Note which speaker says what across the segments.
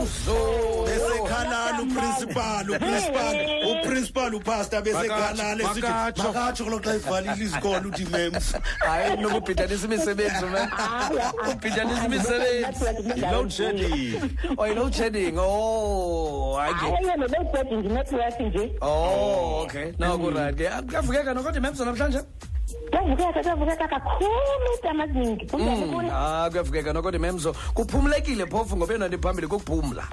Speaker 1: Mzo.
Speaker 2: besekhalala uprincipal uprincipal uprincipal upastor besekhalala esithi
Speaker 1: Makatsho.
Speaker 2: makatsho kulo xa ivalile izikolo uthi mems
Speaker 1: hayi nokubhidanisa imisebenzi mna ubhidanisa imisebenzi
Speaker 3: Load shedding.
Speaker 1: oh i-load shedding oh hayi ke
Speaker 3: ayeyona bebhedi ndinethiwekhi nje
Speaker 1: oh okay nakurayithi ke ah, kuyavukeka nokodwa imemsa namhlanje
Speaker 3: kuyavukeka kuyavukeka kakhulu tamaziningi kunjani
Speaker 1: ah kuyavukeka nokodwa imemso kuphumlekile phofu ngoba yona nto iphambili kukuphumla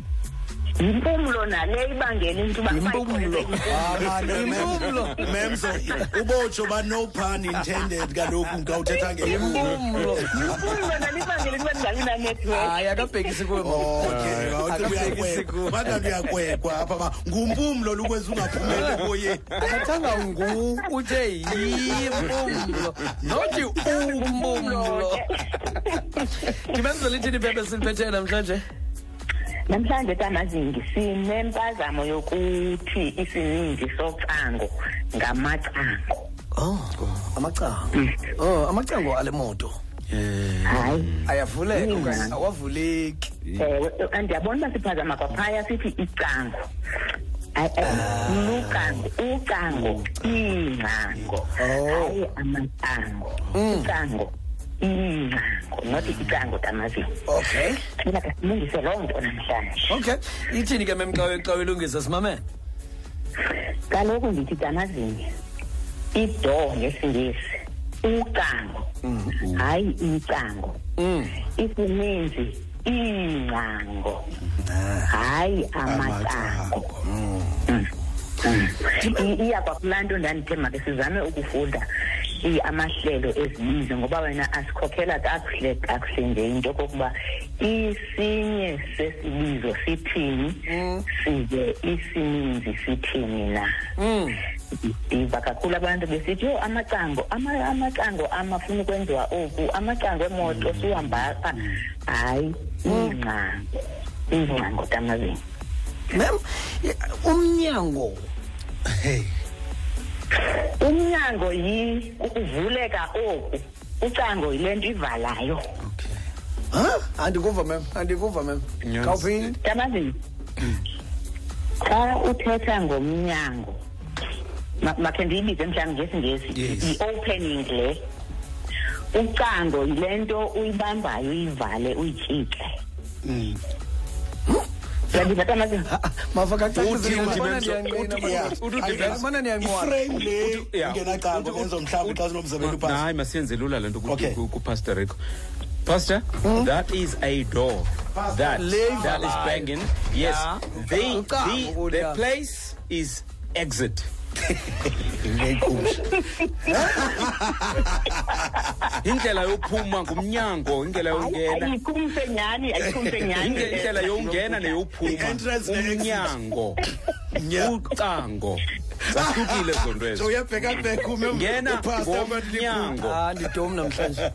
Speaker 3: kuna yimpumlo nale ibangela into uba
Speaker 1: Yimpumlo. Ah, yimpumlo.
Speaker 2: mems ubotsho ba no pun intended kaloku ngawuthetha ngeimpumlo
Speaker 1: impumlo
Speaker 3: yimpumlo nale ibangela into uba ndingabi nanethiwekhi
Speaker 1: hayi akabhekisi
Speaker 2: Oh. okay
Speaker 1: Akabhekisi kuwe.
Speaker 2: bakanti uyakwekwa apha ba ngumpumlo lukwenza ungaphumeli koyeni
Speaker 1: akathanga ngu uthe yimpumlo nothi umpumlo ndimenzela ithini pepe siliphetheyo namhlanje
Speaker 3: namhlanje tamazingi sinempazamo yokuthi isininzi socango ngamacango
Speaker 1: oh amacango oh amacango ale moto
Speaker 3: hayi
Speaker 1: ayavuleka
Speaker 3: Mm.
Speaker 1: okanye awavuleki
Speaker 3: ewe andiyabona uba siphazama Eh, kwaphaya sithi icango Ay- ay, lucango ucango iingcango hayi amacango ucango iingcango not icango tamazini
Speaker 1: okay
Speaker 3: thina kasilungise loo nto namhlanje
Speaker 1: okay ithini ke mem xa xa uyilungisa simamele
Speaker 3: kaloku ndithi tamazinye ido ngesingesi ucango hayi icango
Speaker 1: Mm.
Speaker 3: isininzi iingcango hayi amacango iya kwakulaa nto ndandithemba ke sizame ukufunda i- amahlelo ezibizo ngoba wena asikhokhela kakuhle kakuhle nje into okokuba isinye sesibizo sithini size isininzi sithini na
Speaker 1: Mm.
Speaker 3: ndiva kakhulu abantu besithi yho amacango ama- amacango amafuna ukwenziwa oku amacango emoto siwamba apha hayi iingcango iingcango tamazini
Speaker 1: mem umnyango
Speaker 3: umnyango yi ukuvuleka oku ucango yile nto ivalayo
Speaker 1: ha andikuva mem andikuva mem khawuphinde
Speaker 3: tamazini xa uthetha ngomnyango ma- makhe ndiyibize mhlawumbi ngesingesi
Speaker 2: Yes.
Speaker 3: yi-opening le ucango yile nto uyibambayo uyivale uyityike uyabiza tamazini
Speaker 1: Ah, mava
Speaker 2: Uthi
Speaker 1: kacaiselebona
Speaker 2: Manzo, uthi- yeah.
Speaker 1: ndiyanqinabona ndiyanqwana
Speaker 2: iframe le
Speaker 4: Yeah.
Speaker 2: ingenacambo enzo mhlawumbi xa sinomsebenzi
Speaker 4: Ma-
Speaker 2: uphasi
Speaker 4: hayi masiyenze lula le nto ku-
Speaker 2: Okay.
Speaker 4: ku- kupastor rico pastor that is a door that,
Speaker 1: Leave
Speaker 4: that is banging yes
Speaker 1: Yeah.
Speaker 4: the,
Speaker 1: Ucango
Speaker 4: the,
Speaker 1: kulia.
Speaker 4: the place is exit indlela yophuma ngumnyango indlela yongena
Speaker 3: ayikho umsenyani ayikho umsenyani
Speaker 4: Inde- indlela yongena neyophuma
Speaker 2: I-entrance ne-exit.
Speaker 4: umnyango
Speaker 2: Mnyango.
Speaker 4: ucango zahlukile zonto ezo
Speaker 2: uyabhekabheka
Speaker 4: ngena ngomnyango
Speaker 1: anditom Ah, namhlanje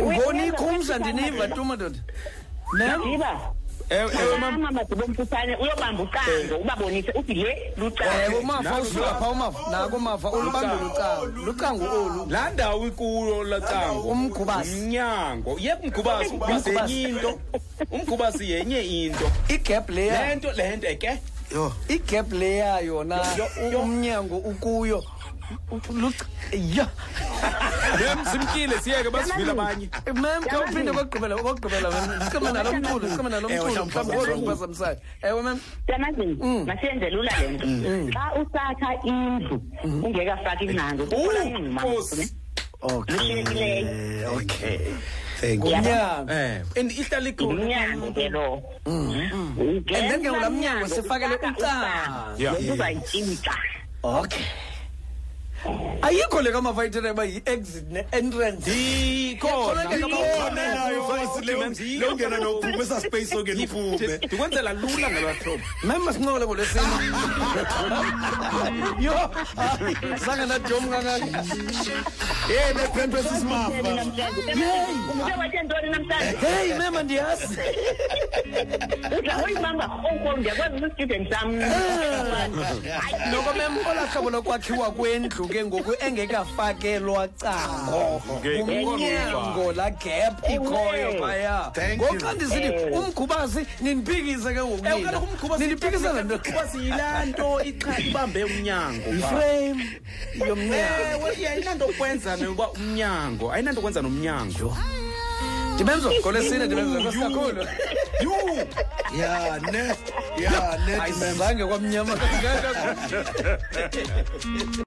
Speaker 1: ngoni ikhumsa ndiniva tu madoda nem
Speaker 3: ndiba
Speaker 4: Ewe- ewe, mam-
Speaker 3: mama madiba omfutshane uyobamba ucango ubabonise uthi le
Speaker 1: ewe
Speaker 3: lucango
Speaker 1: umava
Speaker 4: Nalo
Speaker 1: Eh, usuka
Speaker 4: lucango.
Speaker 1: phaa umava nako umava ulubambe lucango lucango olu
Speaker 4: laa ndawo ikulo lacango
Speaker 1: Umgubasi.
Speaker 4: umnyango yep umgubasi umgubasi
Speaker 1: Umgubasi.
Speaker 4: yenye into umgubasi yenye into
Speaker 1: igap
Speaker 4: le
Speaker 1: leya
Speaker 4: nto le nto ke
Speaker 1: igap leya yona
Speaker 4: Yo, yo.
Speaker 1: umnyango ukuyo Luc- ya
Speaker 4: bemzimkile siyeke basivile abanye
Speaker 1: mem khawuphinde kokugqibela kokugqibela mem sikame nalo mculo sikame nalo
Speaker 2: Ewe,
Speaker 1: mculo
Speaker 2: mhlawumbi
Speaker 1: mhlawumbi olu uphazamisayo ewe mem Mm.
Speaker 3: tamazini masiyenze lula le nto xa usakha indlu
Speaker 1: Mm-hmm.
Speaker 3: ungekafaki
Speaker 1: Oh,
Speaker 3: incango kukhona ingquma
Speaker 4: Nkosi.
Speaker 2: okay okay thank you
Speaker 1: ngumnyango
Speaker 4: eh and ihlala ikhona
Speaker 3: ngumnyango ke Mm. lowo
Speaker 1: Mm. And then ke ngulaa mnyango sifakele ucango.
Speaker 4: Yeah.
Speaker 3: uzayitshintsha
Speaker 1: okay ayikho le kamava ithetha uba yi-exit ne-entrance Ikhona
Speaker 4: ikhona
Speaker 1: into
Speaker 2: Unayo voice le- longena nophume esa space songena uphume
Speaker 4: ndikwenzela lula ngalahlobo
Speaker 1: mem masincokole ngolwesimo yo hayi, zange ndajom kangaka
Speaker 2: ye nephempe sisimava
Speaker 3: ungube watye ntoni namhlanje
Speaker 1: heyi mem andiyazi
Speaker 3: udla ngoyibamba oko ndiyakwazi usisident sam
Speaker 1: noko mem olaa hlobo lokwakhiwa kwendlu ke ke ngoku engekafakelwa cango
Speaker 5: Nge-
Speaker 1: umnyango laa gap ikhoyo phaya
Speaker 2: Thank you.
Speaker 1: ngoku xa ndisithi umgubasi nindiphikise ke ngoku
Speaker 4: Eh, ukaloku
Speaker 1: nina.
Speaker 4: umgubasi
Speaker 1: nindiphikise le nto
Speaker 4: umgubasi yilaa nto ixa ibambe umnyango phaa.
Speaker 1: yiframe yomnyango
Speaker 4: ewe iya, ayinanto kwenza noba umnyango ayinanto kwenza nomnyango
Speaker 1: ndibenzo ngolesine ndibenzo nkosi kakhulu
Speaker 2: You. Yeah, ne. Yeah, ne.
Speaker 1: ayizange kwamnyama